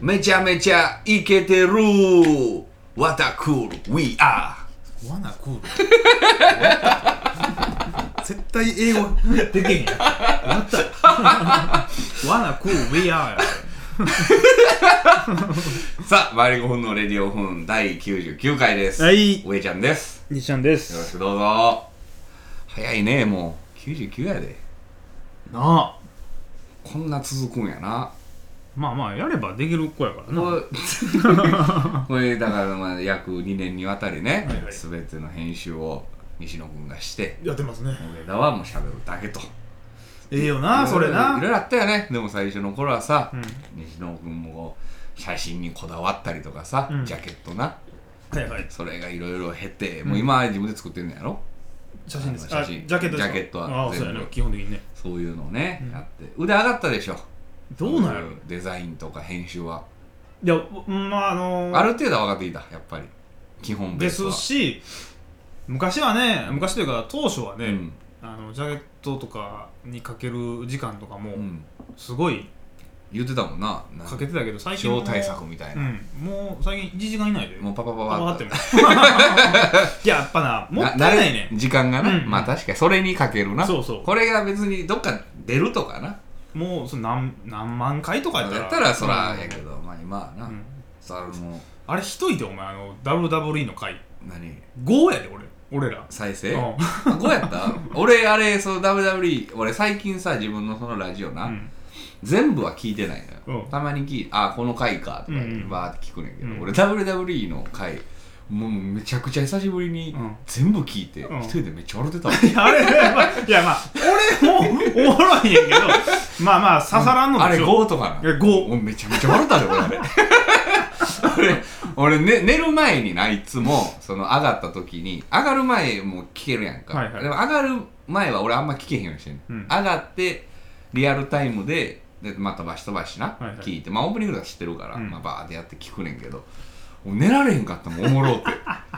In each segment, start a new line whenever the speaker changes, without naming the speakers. めちゃめちゃイケてるわたクール We are
ワナクール 絶対英語できへん やんまたワナクール We are
さあ、バイリコフンのレディオフン第99回です。
はい
上ちゃんです。
西ちゃんで
よろし
す
くどうぞ。早いね、もう。99やで。
なあ
こんな続くんやな。
まあまあやればできる子やからな
こう これ、だから、まあ、約2年にわたりね
はいは、い
すべ、ての編集を西野くんがして、
やってますね
上田はもう喋るだけと。
ええよなそれ
い
な
ろいろあったよね。でも最初の頃はさ、
うん
西野くんもこう写真にこだわったりとかさ、
うん
ジャケットな。
はいはい
それがいろいろ経て、もう今は自分で作ってんのやろ
写真です
あ
あ
写
ジ
真
ャケットですか
ジャケットは
ああそうや
全
ね
部
基本的にね
そういうのをね、
うん
やって腕上がったでしょ
どうなんや
そ
ろ
ういうデザインとか編集は、
いやうんまああのー
ある程度は分かっていたやっぱり基本ベ
で
ースは
すし昔はね昔というか当初は
う
ね、
ん、
あのジャケットとかにかける時間とかも
うん、
すごい
言ってたもんななん
かけてたけど最近も
超対策みたいな、
うん、もう最近1時間以内で
もうパパパ
パパ
パ
っ
ってて
も いややっぱなもったいないね
慣れ時間がな、
うん
まあ確かにそれにかけるな
そうそう
これが別にどっか出るとかな
もうその何何万回とかやったら
やったらそら
うん
やけど、まあ今はな、
うん
それもう
あれ一人でお前あの WWE の回
何
5やで俺俺ら
再生、
うん
あこうやった俺あれその WWE 俺最近さ自分のそのラジオな、
うん
全部は聞いてないのよ、
うん
たまに聞いあこの回かとか
うんうん
バーって聞くねんけど、
うん
俺 WWE の回もうめちゃくちゃ久しぶりに
うん
全部聞いて、
うん
一人でめっちゃ笑ってたわ
いやあれ、まあ、いやまあ俺もおもろいんやけどまあまあ刺さらんの
あれ
しょ
5とか
い
な
や5
俺めちゃめちゃ笑ったで俺あ れ俺俺、ね、寝る前にないつもその上がった時に上がる前も聞けるやんか、
はいはい
でも上がる前は俺あんま聞けへんようにしてん、
うん
上がってリアルタイムででまあ飛ばし飛ばしな、
はいはい
聞いてまあオープニングとか知ってるから、
うん
まあ、バーってやって聞くねんけどもう寝られへんかったもんおもろって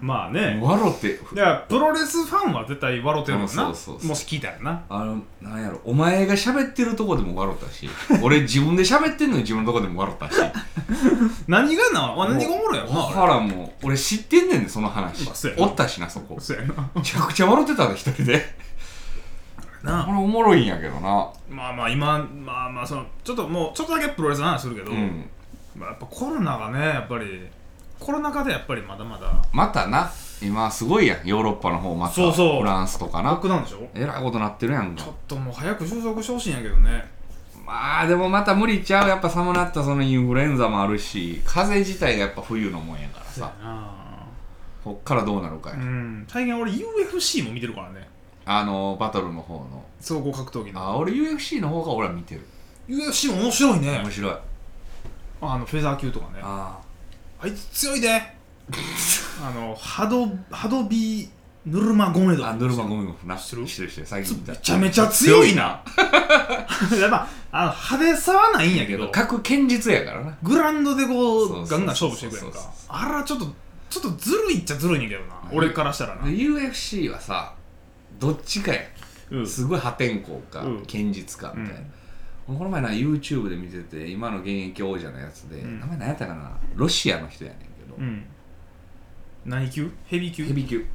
まあね
もう笑って
だからプロレスファンは絶対笑ってるもんな
うんそうそうそう
もし聞いたらな
あのなんやろお前が喋ってるとこでも笑ったし俺自分で喋ってんのに自分のとこでも笑ったし
何がな何がおもろいやろな
ほらもう俺知ってんねんでその話
まあそうやな
おったしなそこ
俺そうやな
めちゃくちゃ笑ってたで一人でこ
な
れおもろいんやけどな
まあまあ今まあまあそのちょっともうちょっとだけプロレスの話するけど、
うん
まあ、やっぱコロナがねやっぱりコロナ禍でやっぱりまだまだ
またな今すごいやんヨーロッパの方また
そうそう
フランスとか
ロッ
な
クダウンでしょ
えらいことなってるやんか
ちょっともう早く収束してほしいんやけどね
まあでもまた無理ちゃうやっぱ寒なったそのインフルエンザもあるし風邪自体がやっぱ冬のもんやから
そうや
さ
な
こっからどうなるかや、
うん最近俺 UFC も見てるからね
あのバトルの方の
総合格闘技の
あ俺 UFC の方が俺は見てる
UFC 面白いね
面白い
あのフェザー級とかねあ
あ
いつ強いであのハドハドビーヌルマゴメド
あヌルマゴミもな
知ってる
知ってる知ってる最近見た
めちゃめちゃ強いな やっぱあの派手さはないんやけど
各堅実やからな
グラウンドで
そ
こ
うそう
う
そ
ガ
う
ンガン勝負していくやんか
そうそう
あらちょっとちょっとずるいっちゃずるいねんけどな
まあ
俺からしたらな、
で UFC はさどっちかや
うん
すごい破天荒か、
うん
堅実かみたいな、この前な YouTube で見てて今の現役王者のやつで、
うん
名前何やったかなロシアの人やねんけど、
うん何級ヘビー級
ヘビー級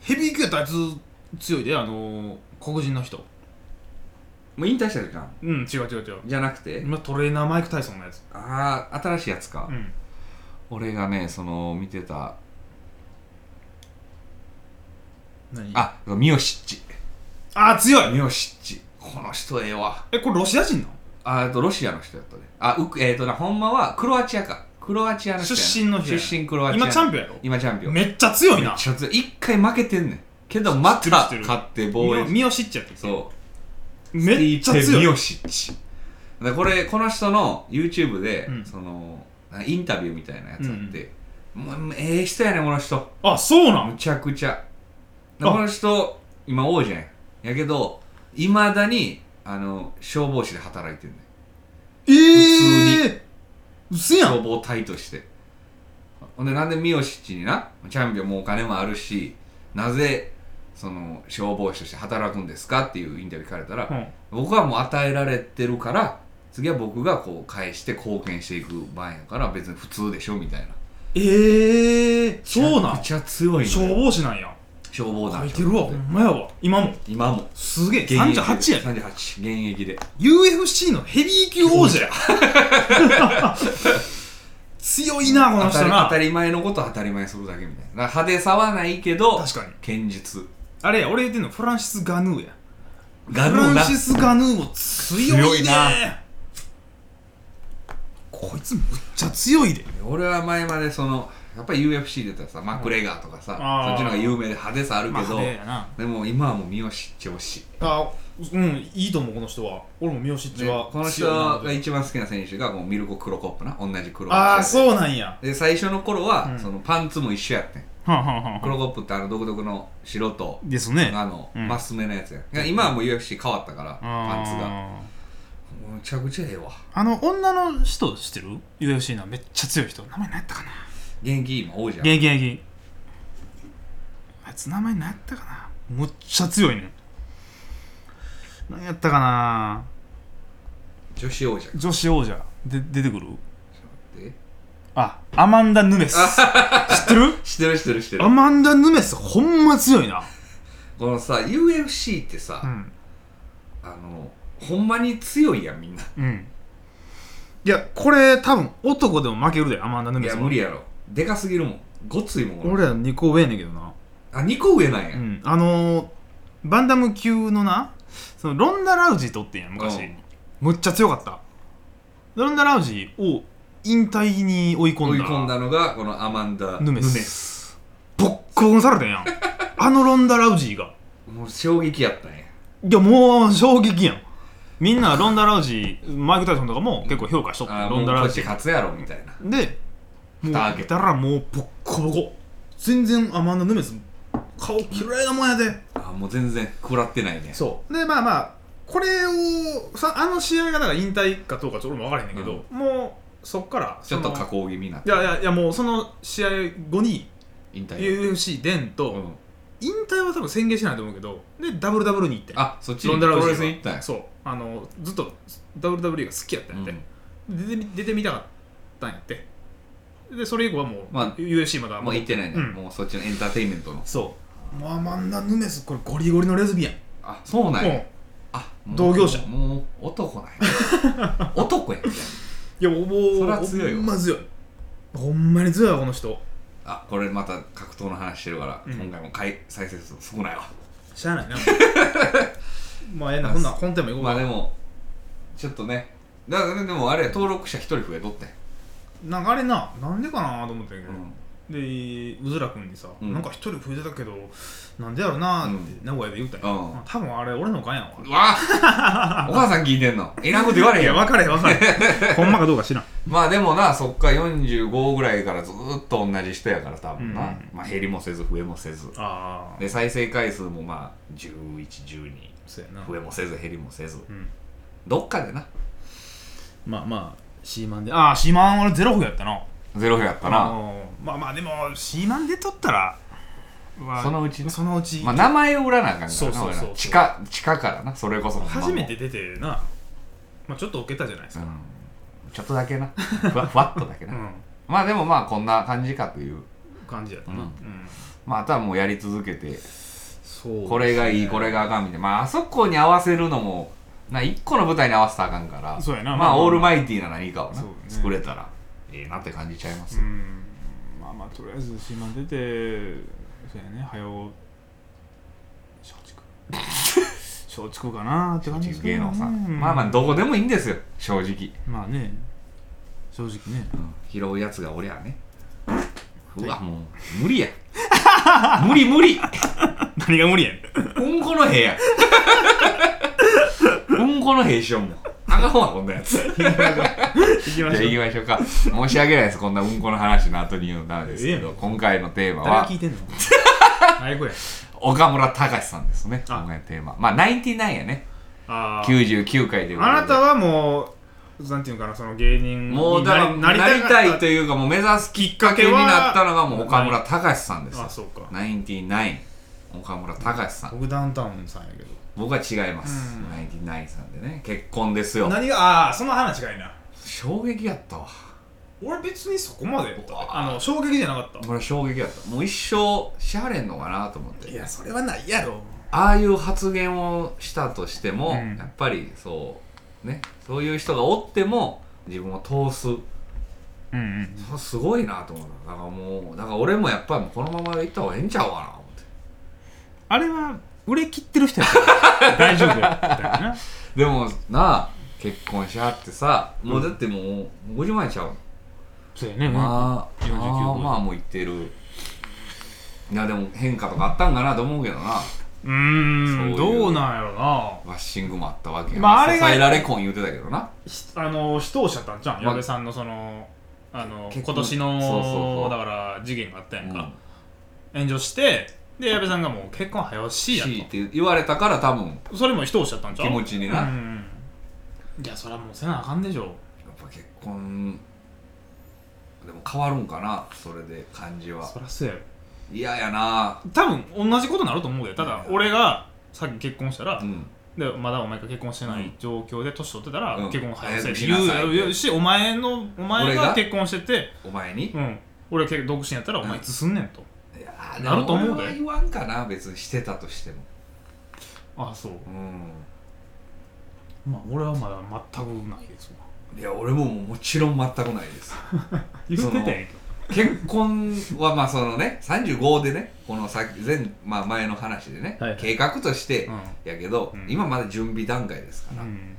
ヘビー級やったらあいつ強いであのー、黒人の人
もう引退した時かな
うん違う違う違う
じゃなくて、
今トレーナーマイク・タイソンのやつ
ああ新しいやつか、
うん
俺がねその見てた
何あ
あミオシッチ
あ強い
ミオシッチこの人ええわ
えこれロシア人な
あーとロシアの人やったねあうえっ、となほんまはクロアチアかクロアチアの人やな
出身の人やな
出身クロアチア
今チャン
ピ
ピオンやろ
今チャンピオン
めっちゃ強いな
ちょっと一回負けてんねんけどまた
知ってる知ってる
勝って防衛
ミオシッチやったっけ
そう
めっち
ス
ゃ
ティーペ
強
ミ
い
オシッチだこれこの人の YouTube で、
うん
そのインタビューみたいなやつあって、もうええ人やねんこの人
あそうな
む
ん
ちゃくちゃ
あ
この人今王者やんやけどいまだにあの消防士で働いてんねん
え
通
えうせやん
消防隊としてほんでなんでミオシッチになチャンピオンもお金もあるしなぜその消防士として働くんですかっていうインタビュー聞かれたら、
うん
僕はもう与えられてるから次は僕がこう返して貢献していく番やから別に普通でしょみたいな
ええー、そうな
め
ん
ちゃくちゃ強い
消
のよ
防士なんや
消防
書
団
いてるわほんまやわ今も
今も
すげえ
現役で
38やで
38現役で
UFC のヘビー級王者や 強いなこ
当た
の人
り
な
当たり前のことを当たり前にするだけみたいなだから派手さはないけど
確かに
堅実
あれや俺言ってんのフランシス・ガヌーや
ガ
フ
ルー
ラ
な
ンシス・ガヌーも強
強
い
い
ね
な
こいつむっちゃ強いで
俺は前までそのやっぱり UFC 出たらさマクレガーとかさ、
あー
そっちの方が有名で派手さあるけど、
まあ、やな
でも今はもう三好ってほしい
あうんいいと思うこの人は俺もミオシッチ
で
は
この人
強いなと
が一番好きな選手がもうミルコ・クロコップな同じクロコ
あ
ッ
あ
プ
そうなんや
で最初の頃は、
うん
そのパンツも一緒やってん
はんはんはん
クロコップってあの独特の白と
ですね
あの、
うん
マス目のやつやんいや今はもう UFC 変わったからパンツが
あ
むちゃくちゃええわ
ーあの女の人知ってる UFC のめっちゃ強い人名前何やったかな
元気今多いじゃん
現役現役あいつ名前何やったかなむっちゃ強いねん何やったかな
女子王者
女子王者で出てくる
で
あアマンダ・ヌ メス知ってる
知ってる知ってる知ってる
アマンダ・ヌメスほんま強いな
このさ UFC ってさ、
うん
あのほんまに強いやんみんな
うんいやこれ多分男でも負けるでアマンダ・ヌ
い
メ
や
ス
無理やろでかすぎるもんごついもん
俺ら2個上やねんけどな
あ2個上なんや、
うんあのー、バンダム級のなそのロンダ・ラウジーとってんや昔、
うん
むっちゃ強かったロンダ・ラウジーを引退に追い込
追
ん
い
だ
込んだのがこのアマンダ・
ヌメスボッコボコにされたん やんあのロンダ・ラウジーが
もう衝撃やったんや
いやもう衝撃やんみんなロンダ・ラウジーマイク・タイソンとかも結構評価しとった
あ
よ
も
ロ
う
ンダ・
こ
ラウ
っ
ジ
ち
ー
勝つやろみたいな
でもう
蓋開け
だからもうボッコボコ全然アマンダ・ヌメス顔綺麗なもんやで
あもう全然食らってないね
そうでまあまあこれをさあの試合がだから引退かどうかちょっと俺も分からへんねんけど、もうそっから
ちょっと
そ
加
の
工気味になっ
い
て
やいやいやもうその試合後に
引退
UFC 出んと、
うん
引退は多分宣言してないと思うけどで WW に行ってん
あそっち
ロ
に
ン
プ
ダラウジ
ロレ
ーが
スに行ったんや
そうあのずっと WWE が好きやったんやって、出てみ出てみたかったんやってでそれ以降はもう、
まあ
UFC ま
う
だ
んもう行ってないね、
うん
もうそっちのエンターテインメントの
そうまあマンダ・ヌメスこれゴリゴリのレズビアン、
あそうなんや、
うん
あもう
同業者
もう男なんや 男やみたい
いやもう
そりゃ強いよ
ほんま強いほんまに強いわこの人
なあこれまた格闘の話してるから、
うん
今回も回再生数少ないわ
しゃあな いなまあええ
ま
な
あ
こんなん本店も行こう
まあで
か
もちょっとねだからねでもあれ登録者一人増えとってん、
なんかあれななんでかなと思ったんやけど、
うん
でうずら君にさ、
うん
なんか一人増えてたけどなんでやろなって
うん
名古屋で言うたんや、
うん
多分あれ俺のおかんやわ
うわ お母さん聞いてんのえらいこと言われへん
いや
よ
分かれへん分かれ へんほんまかどうか知らん
まあでもなそっから45ぐらいからずーっと同じ人やから多分な、
うん
まあ減りもせず増えもせず
ああ
で再生回数もまあ1112
そうやな
増えもせず減りもせず
うん
どっかでな
まあまあシーマンでああシーマン俺ゼロ歩やったな
ゼロ票やったな
うんまあまあでもシーマンで取ったらまあ
そのうちね
そのうち
まあ名前を売らなあかんか
そう
ら
そ
な
うそう
俺ら地下地下からなそれこそ
初めて出てな、まあ、ちょっと受けたじゃないです
う
か、
んちょっとだけなふわふわっとだけ
う
な、
ん
まあでもまあこんな感じかという
感じやった
う
な、
ん
うん
まああとはもうやり続けて
そうですね
これがいいこれがあかんみたいなまああそこに合わせるのもな一個の舞台に合わせたらあかんから
そうやな
まあ、
まあまあ
オールマイティーな何かをな、
そうね
作れたらええなって感じちゃいま
う
す、
んまあまあとりあえず島出てそうやね早う松 竹松竹かなって感じですけ
芸
どね
能さん、
う
まあまあどこでもいいんですよ正直、
まあね正直ね
うん拾うやつがおりゃねうわもう無理や無理無理
何が無 理やねん
うんこの部屋うんこの兵しようもんあかんわこんなやつじ
行き
ゃ
ま
あ
しょう
行きましょうか申し訳ないですこんなうんこの話の後に言うのダメですけ
ええ
ど、
やん
今回のテーマ
誰が
は
聞いて ん の最後や
岡村隆史さんですね
あ
今回のテーマまあ99やね
あー
99回ということで
あなたはもうなんていうのかなその芸人に
もうだからなりたい
かった
というかもう目指すきっかけになったのがもう岡村隆史さんです
あそうか
99岡村隆史さん
僕ダウンタウンさんやけど
僕は違います、
うん
ナインティナインさんでね結婚ですよ
何がああその話がいいな
衝撃やったわ
俺別にそこまでやったあの衝撃じゃなかっ
これ衝撃やったもう一生しはれんのかなと思ったて
いやそれはないやろ
ああいう発言をしたとしても、
うん
やっぱりそうねそういう人がおっても自分を通す
うんうん
それすごいなと思っただからもうだから俺もやっぱりこのまま行った方がええんちゃうかな思って
あれは売れ切ってる人やから大丈夫やっ たよな
でもなあ結婚しはってさもうだってもう50万円ちゃうの
そうやね、まあ、
まあ、
49
まあまあもういってるいやでも変化とかあったんかなと思うけどな
うーん
そういう
どうなんやろな
バッシングもあったわけや、
まああれが
支えられ婚言うてたけどな
ひあの視聴者たんじゃん
ま
矢部さんのそのあの
結
今
婚
年の
そうそうそう
だから事件があったやん
うん
か、炎上してで矢部さんがもう結婚早押しいや
強い
と
て言われたから多分
それも視聴者たんじゃ
気
ん
持ちにな、
う
やっ
んいやそれはもうせなあかんでしょ
ぱ結婚でも変わるんかなそれで感じは
そりゃそうやろ
嫌やな
多分同じことになると思うでただ俺がさっき結婚したら、
うん
でまだお前が結婚してな
う
い
ん
状況で年取ってたら、
うん
結婚早せって
早くしなさいっ
言う
て
言うしお前のお前
俺
が
が
結婚してて、
お前に、
うん、俺が結独身やったらお前いつすんねんと、
いやー
なると思う
でも
で
俺は言わんかな別にしてたとしても
ああそう
う
まあ俺はまだ全くないですわ
んいや俺ももちろん全くないです
言ってたやんけ
結婚はまあそのね35でねこの先前、まあ、前の話でね、
はいはい
計画としてやけど、
うん
今まだ準備段階ですから、
うん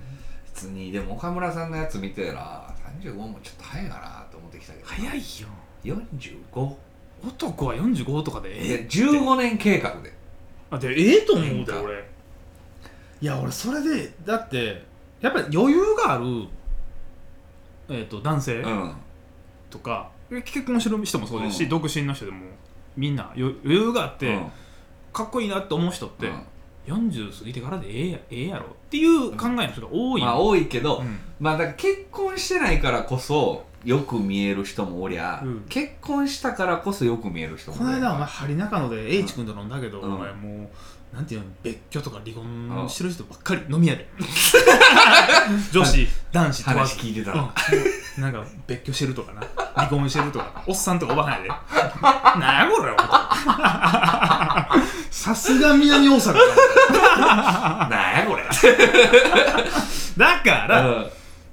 別にでも岡村さんのやつ見てたら35もちょっと早いかなと思ってきたけど
早いよ
45?
男は45とかで
いや
ええ
15年計画で
あでええと思
な
うんで
か
俺
いや俺それでだって
やっぱり余裕があるえっ、と男性
うん
とか、結婚してる人もそうですし、
うん
独身の人でもみんな余余裕があって、
うん
かっこいいなって思う人って、
うん
40過ぎてからでええやええやろっていう考えの人が多い
まあ
い、
多いけど、
うん
まあだから結婚してないからこそよく見える人もおりゃ、
うん
結婚したからこそよく見える人も
こ
お
の
りゃ
間お前針中野で H 君と飲んだけど、
うん
お前もうなんていうの別居とか離婚してる人ばっかり飲み屋で女子男子問わ
話
ず
聞いてた
うん
ら、
もうなんか別居してる とかな離婚してるとかおっさんとかおばはんやでなんやこれ思った
さすが南大阪だ
なんやこ れ
だから、
うん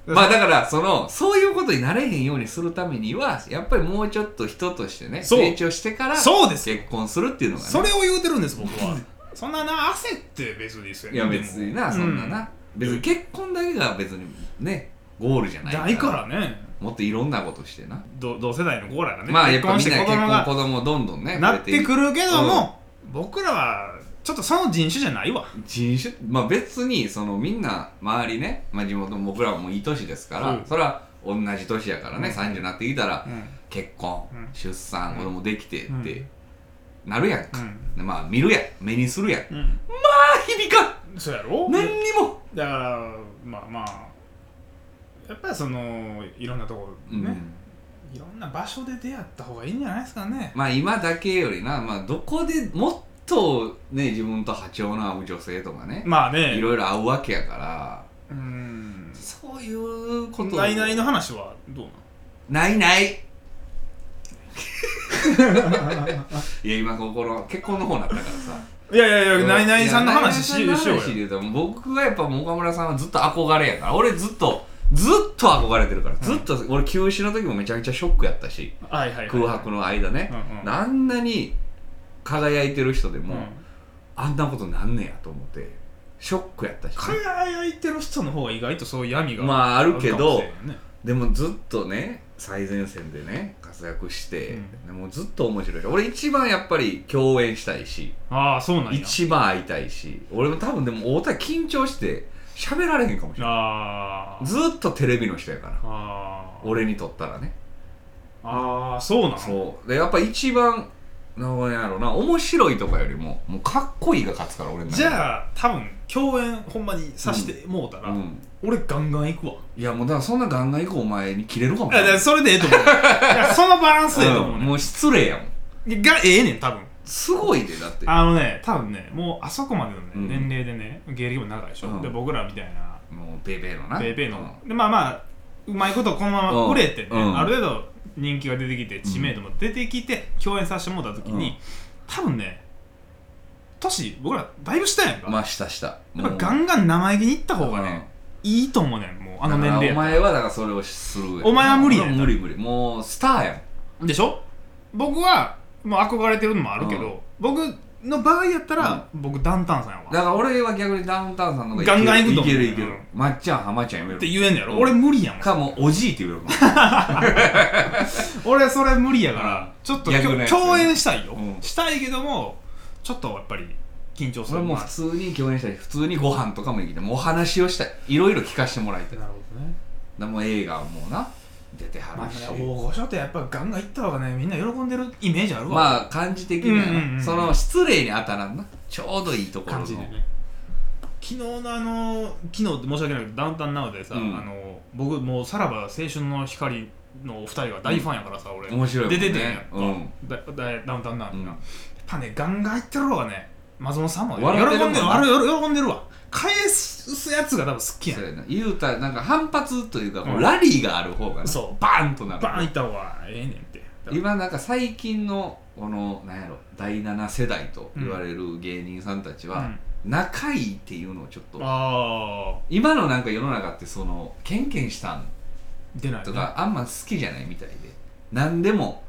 まあだからそのそういうことになれへんようにするためにはやっぱりもうちょっと人としてね
そう
成長してから
そうですよ
結婚するっていうのがね
それを言うてるんです僕はそんなな焦って別にですよ
いや別になそんなな、、別に結婚だけが別にねゴールじゃ
で
ない
もうんないからね
もっといろんなことしてな、
同同世代の子らがね、
まあやっぱみ
し
ん
て
な
子
結
供
婚
が
子供どんどんね
なってくるけど
うん
も、僕らはちょっとその人種じゃないわ
人種まあ別にそのみんな周りね、まあ、地元も僕らもいい年ですから、
うん
それは同じ年やからね、
うん
30になってきたら
うん
結婚、
うん
出産
うん
子供できてって
う
なるやんか、でまあ見るやん目にするやん
うん、
あ響かん
そうやろ
何にも、
だからまあまあやっぱりそのいろんなとこ
う
ろ
ん
ね、いろんな場所で出会った方がいいんじゃないですかね
まあ今だけよりな、まあ、どこでもっとね自分と波長の合う女性とかね、
まあ
い
ね
ろいろ会うわけやから
うん
そういうこと
ないないの話はどう
ないない いや今ここの結婚の方になったからさ
なのいやいやいやないないさんの話し
いや
しよ
ナイナイさん
う
の話で
よ
言うと僕はやっぱ岡村さんはずっと憧れやから俺ずっとずっと憧れてるから、ずっと俺休止の時もめちゃくちゃショックやったし
はいはいはい
空白の間ね、
うんうん
あんなに輝いてる人で
う
も、
ん
あんなことなんねやと思ってショックやったしね、
輝いてる人の方が意外とそういう闇が
まああるけど
かもしれんね
でもずっとね最前線でね活躍して、でもずっと面白いし俺一番やっぱり共演したいし
ああそうなんや
一番会いたいし俺も多分でも太田緊張して喋られへんかもしれない
あー
ずっとテレビの人やから
あー
俺にとったらね
ああそうなの
そうでやっぱ一番なんやろうな面白いとかよりももうかっこいいが勝つから俺の中で
じゃあ多分共演ほんまにさしてもうたら、
うん
俺ガンガン行くわ
いやもうだからそんなガンガン以降お前に切れるかも
いやだからそれでええと思ういやそのバランスでええと思う
うん
ね、
もう失礼やもん
がええねん多分
すごいでだって
あのね多分ねもうあそこまでのね、
うん
年齢でね芸歴も長いでしょ、
うん
で僕らみたいな
もうベーベーのな
ペイペイの、でまあまあうまいことこのまま売れてね、
うん
ある程度人気が出てきて知名度も出てきて共演させてもらった時に、
うん
多分ね年僕らだいぶ下やん
う
か、
んまあしたした
やっぱ
もう
ガンガン生意気にいった方が
う
ね
ん、
いいと思うねんもうあの年
だか
齢
ら
や
お前
ったら
はだからそれをする
お前は無理やね
無理無理もうスターやん
でしょ僕はもう憧れてるのもあるけど、
うん
僕の場合やったら、僕ダウンタウンさんや
だ
わ
から俺は逆にダウンタウンさんの方が
ガンガン行くと
い
思う
けるいけるいける
うん
まっちゃん浜ちゃんやめ
って
ろ
言えんのやろ、
うん
俺無理やもん
かもうおじいって言うよ
俺それ無理やから、
うん
ちょっと
逆のやつ
共演したいよ、
うん
したいけどもちょっとやっぱり緊張す
俺
る
もう
ま
普
あ
通に共演したり普通にご飯とかも行きたいもうお話をしたいいろいろ聞かせてもらいたい
なるほどね
でも映画もな出ては
まあ
るし
ね大御所ってやっぱガンガン行った方がねみんな喜んでるイメージあるわ
まあ感じ的にはな、
うんうんうんうん
その失礼に当たらんなちょうどいいところの
感じでね
昨日のあの昨日って申し訳ないけどダウンタウンなのでさ、
うん
あの僕もうさらば青春の光のお二人が大ファンやからさ、俺
面白いもんね
出ててんやんか、
うん
だだダウンタウンなのにな、
うん
やっぱねガンガン行ってる方がね松本さんもね、
笑ってる
喜
も
ん
ん
で
な
るわ喜んでるわ返すやつが多分好きや
そうんやな言うたらなんか反発というか、こう
うん
ラリーがある方がな
そう
バーンとなる
バーン行った方がええねんって
今なんか最近のこのなんやろ第7世代と言われる芸人さんたちは、仲いいっていうのをちょっと、
ああ
今のなんか世の中ってそのケンケンしたん
出ないね
とかあんま好きじゃないみたいで何でも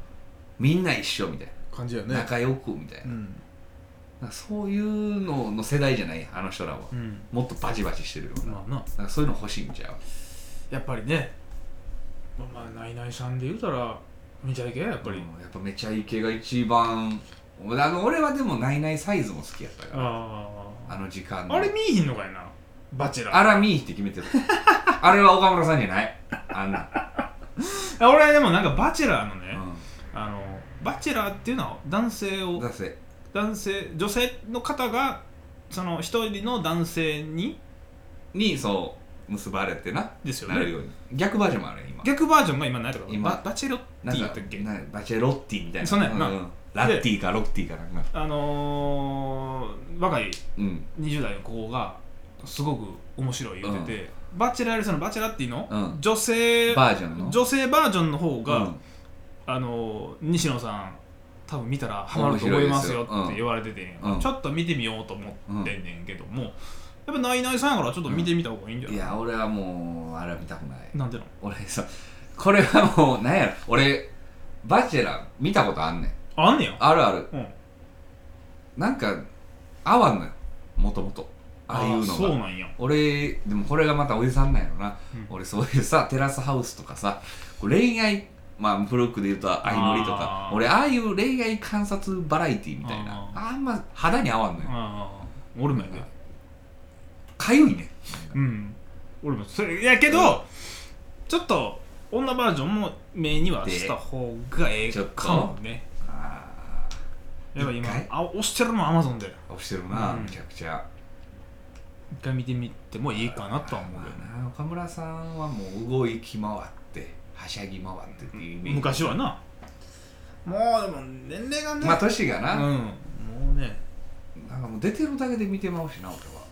みんな一緒みたい
感じや
な仲良くみたいな,、
うん
そういうのの世代じゃないあの人らは、
うん
もっとバチバチしてるような,、
まあな
なんかそういうの欲しいんちゃう
やっぱりねまあまあナイナイさんで言うたらめちゃいけやっぱり、
うんやっぱめちゃイケが一番あの俺はでもナイナイサイズも好きやったから
あ
あの時間
あ
の
あれ見えひんのかいなバチェラー
あらみーって決め てるあれは岡村さんじゃないあんな、
あ俺でもなんかバチェラーのね、
う
あのバチェラーっていうのは男性
ん、
を
だって
男性女性の方がその一人の男性に
にそう結ばれてな
ですよ
なる
ね
ように逆バージョンもあるね今
逆バージョンが今ないとか
今
ババチェロッテ
なん
ィや
か
ったっけ
なんかバチェロッティみたいな
そんなんやな
うんラッティかロッティかなんか
あのー、若い
うん
20代の子がすごく面白い言ってて、バチェラーよりそのバチェラっていうの、
うん
女性
バージョンの
女性バージョンの方が、
うん
あの西野さん多分見たらハマると思いますよ
面白いですよ
って言われてて、
うん
ちょっと見てみようと思ってんねんけども、やっぱナイナイさんやからちょっと見てみた方がいいんじゃないい、
や俺はもうあれは見たくない
なんでな
俺さこれはもうなんやろ俺バチェラー見たことあんねん
のあんねや
あるある
うん
なんか合わんのよもともとああいうの
そう
が
なんや
俺でもこれがまたおじさんなんやろな、
うん
俺そういうさテラスハウスとかさこう恋愛まあブロックで言うと相乗りとか
あー
俺ああいう恋愛観察バラエティみたいな
あ
あんま肌に合わんのよ
ああ俺もやで
かゆいね
うん俺もそれやけど、ちょっと女バージョンも目にはした方がええかもね
あ
やっぱ今
一回
あ押してるのはアマゾンで
あ押してるな、
うん
めちゃくちゃ
一回見てみてもいいかなとは思うけどね
まあな岡村さんはもう動き回ってはしゃぎ回ってっていうイメージ
昔はなもうでも年齢がね、
まあ年がな、
うんもうね
なんかもう出てるだけで見てまうしな俺は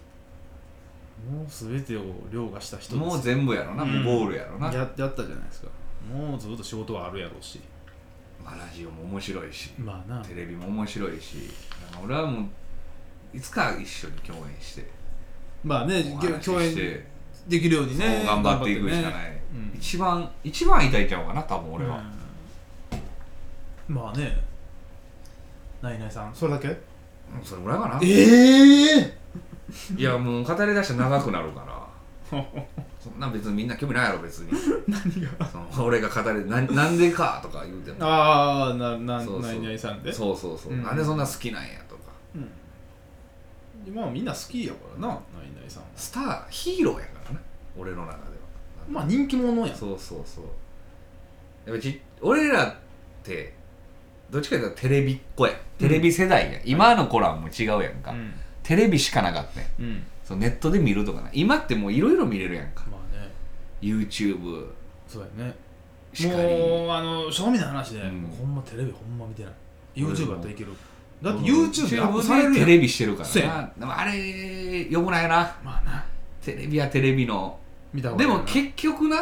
もう全てを凌駕した人です
もう全部やろな、
うん
もうゴールやろな、
ややったじゃないですかもうずっと仕事はあるやろうし
まあ、ラジオも面白いし、
まあな
テレビも面白いしなんか俺はもういつか一緒に共演して
まあね
お話し
共演
して
できるようにね
頑張っていくしかない、
うん
一番一番痛いちゃうかな多分俺は、
うんまあね
ナイナイさんそれだけ
うんそれぐらいかな
ええ
いやもう語り出したら長くなるからそんな別にみんな興味ないやろ別に何がその俺が語りななんでかとか言うても
ああなな
そうそう
ナイナイさんで
そうそうそう、
うん
なんでそんな好きなんやとか
うん今はみんな好きやからなナイナイさんは
スターヒーローやからな俺の中では
まあ人気者やん
そうそうそうやっぱち俺らってどっちかというとテレビっ子やテレビ世代や、今の子らはもう違うやんか、
うん
テレビしかなかったやん
うん
そうネットで見るとかな今ってもういろいろ見れるやんか
まあね
YouTube
そうやね
しかり
もうあの正味な話で、
うん
ほんまテレビほんま見てない
俺も
YouTube だったらいけるだって YouTube でアップされ
YouTube
る
で
や
テ
ん
レビしてるか
そう
らな
や
でもあれよくないな
まあな
テレビはテレビの
見た方が
で
いいよ
も
な
結局な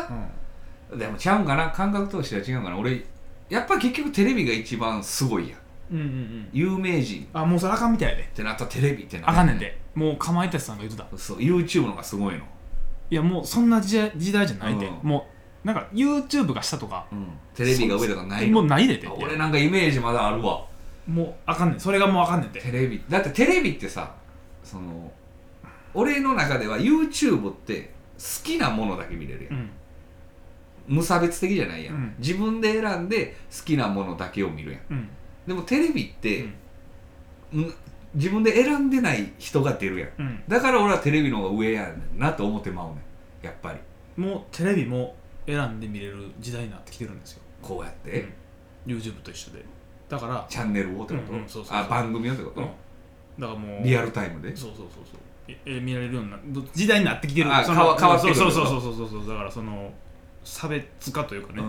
う、ん
でもちゃうんかな感覚としては違うんかな俺やっぱ結局テレビが一番すごいやん
うんうんうん
有名人
あもうそれあかんみたいやで
ってなったらテレビってな
あかんねんでもうかまいたちさんが言ってた
そう YouTube のがすごいの
いやもうそんな時代時代じゃないで、
うん
もうなんか YouTube が下とか
うんテレビが上とかない
もう
の
ないでって
あ俺なんかイメージまだあるわ
もうあかんねんそれがもうあかんねんて
テレビだってテレビってさその俺の中では YouTube って好きなものだけ見れるやん、
うん
無差別的じゃないやん、
うん
自分で選んで好きなものだけを見るやん
うん
でもテレビって、うん自分で選んでない人が出るやん
うん
だから俺はテレビの方が上やねんなと思ってまうねんやっぱり
もうテレビも選んで見れる時代になってきてるんですよ
こうやって、
うん YouTube と一緒でだから
チャンネルをってこと、
うんうんそうそうそう
あ番組をってこ
うん
と、
だからもう
リアルタイムで
そうそうそうそうええ見られるようになど時代になってきてる
あ
そ
変
の
わ変わってくる
そうそうそうそうそうそうだからその差別化というかね、
う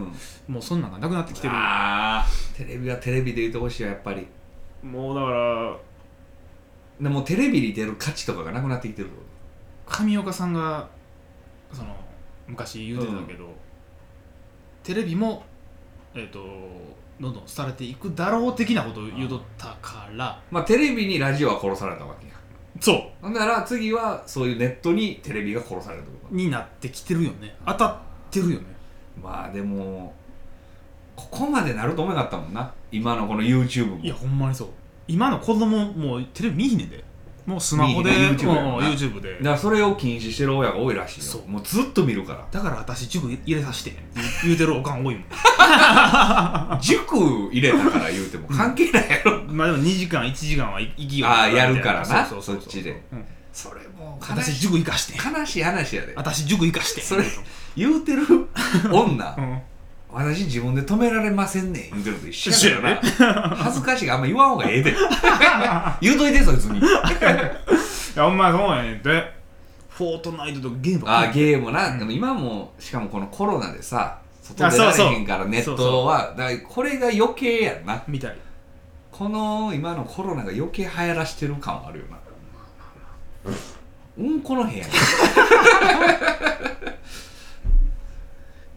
ん
もうそんなんがなくなってきてる
あーテレビはテレビで言ってほしいよやっぱり
もうだから
でもうテレビに出る価値とかがなくなってきてるってこ
上岡さんがその昔言うてたけど、テレビもえっ、とどんどん廃れていくだろう的なことを言うとったから
とまあテレビにラジオは殺されたわけや
そ
ほんなら次はそういうネットにテレビが殺されるってこと
うになってきてるよね当たってるよね
まあでもここまでなると思わなかったもんな今のこの YouTube も
いやほんまにそう今の子供もうテレビ見ひんねんでもうスマホで
見ひんね YouTube
うん
やもんな
YouTube で
だからそれを禁止してる親が多いらしいよ
そう
もうずっと見るか
だから私塾入れさ せて言う言うてるおかん多い もん
ら塾入れたから言うて も関係ないやろ、
まあでも2時間1時間は行きよ
ああやるからな
そうそうそうそう
そっちで、
うん
それもう悲
私
し
塾行かして
い悲しい話やで
私塾行かして
それ言うてる女
うん
私自分で止められませんねん言うてると一緒やから
一
な恥ずかしいがあんま言わんほうがええで言うといてそいつに
いや、お前そうやねんて。フォートナイトとゲームばっか
あ
り
ーゲームな、でも今もしかもこのコロナでさ外出
あ
ら
そうそう
れへんからネットはだからこれが余計やんな
みたい。
この今のコロナが余計流行らしてる感はあるよなうんこの部屋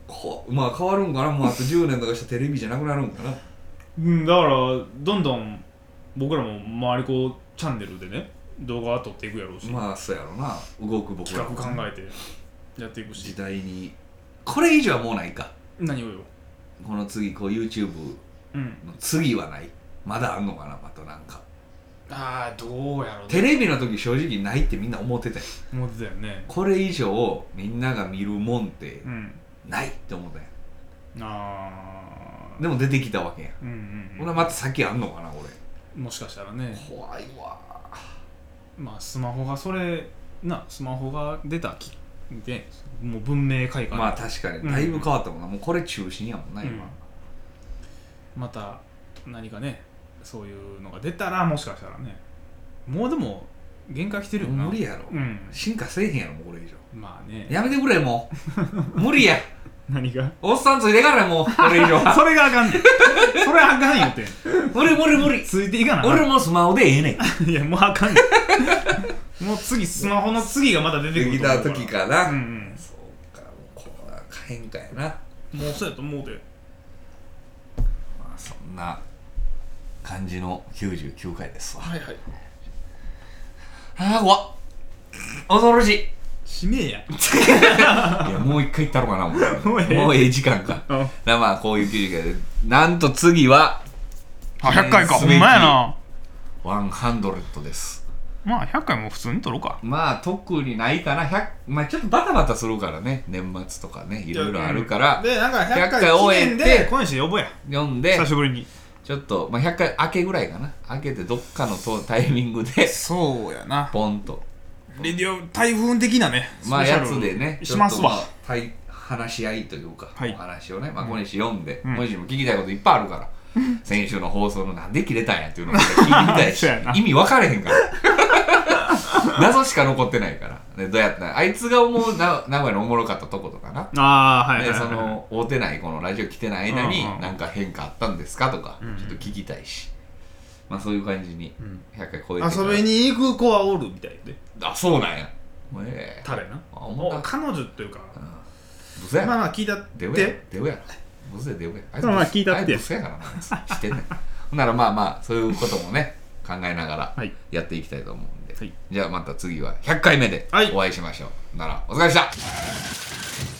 こまあ変わるんかなもうあと10年とかしたらテレビじゃなくなるんかな
うん、だから、どんどん僕らも周りこうチャンネルでね、動画撮っていくやろうし、
まあそうやろな動く僕
企
ら
画
も
考えてやっていく
時
し。
代にこれ以上はもうないか
何をよ。
この次こう YouTube
うん。
の次はないまだあんのかなまたなんか
ああ、どうやろう
テレビの時正直ないってみんな思ってたよ
思ってたよね。
これ以上みんなが見るもんって
うん。
ないって思ったよ
ああ。
でも出てきたわけや
うんうん
ほ
うん
なまた先あんのかな俺
ん。もしかしたらね、
怖いわ
まあ、スマホがそれ、な、スマホが出たきで、もう文明開化、
まあ確かにだいぶ変わったもんな、もうこれ中心やもんな今、
うんまた何かねそういうのが出たらもしかしたらねもうでも限界来てるよな
無理やろ、
うん
進化せえへんやろもうこれ以上
まあね
やめてくれもう無理や
何が
おっさんついてからもうこれ以上は
それがあかんねんそれあかんよって
無理無理無理
ついていかなあかん
俺もスマホでええねん
いやもうあかんねんもう次スマホの次がまた出て
で
くる
き
と思
た
うら
時かな、
うんうん
そうかもうこれは変化やな
もうそうやと思うで
まあそんな感じの99回ですわ
はいはい
ああ怖っ恐ろしい
しめえや
いやもう一回行ったろかなもう
もうええ
もうええ時間か
うん
なまあこういう記事がなんと次は
あ100回か
記
ほ
念す
ん
べき
まやな
100です
まあ100回も普通に撮ろうか
まあ特にないかな100まあちょっとバタバタするからね年末とかねいろいろあるから
でなんか100
100回
回
終えて
記念で
今週呼ぼうや
読んで
久しぶりに
ちょっと、まあ、100回明けぐらいかな明けてどっかのとタイミン グで
そうやな
ポンと
レディオ台風的なね
まあ
スペシ
や
ャル
つでね
します
ちょっ
わ
とあはい話し合いというか、
はい
お話をね、まあ、小西読んで、
うん
小西も聞きたいこといっぱいあるから 先週の放送のなんで切れたんやっていうのも聞いてみたいし
そうやな
意味分かれへんから 謎しか残ってないから、ね、どうやったあいつが思うな名古屋のおもろかったとことかな
ああはいはい
で
はい
そ
はい
の会うてないこのラジオ来てない間に
うんうん
何か変化あったんですかとか
うん
ちょっと聞きたいし、まあそういう感じに
うん
100回超えてから
遊びに行く子はおるみたいで
あそうなんやええ
彼な
あ思った
お彼女というか
うんブスや
まあ
な
まあ聞いたっ
デブやな
て
デブやなブスでデブやあいつ
まあまあ
ブス
聞いたって
あいつブスやからなあいつしてんねん ほんならまあまあそういうこともね考えなが
は
ら
い
やっていきたいと思うんで、
はい
じゃあまた次は100回目で
はい
お会いしましょう、ならお疲れでした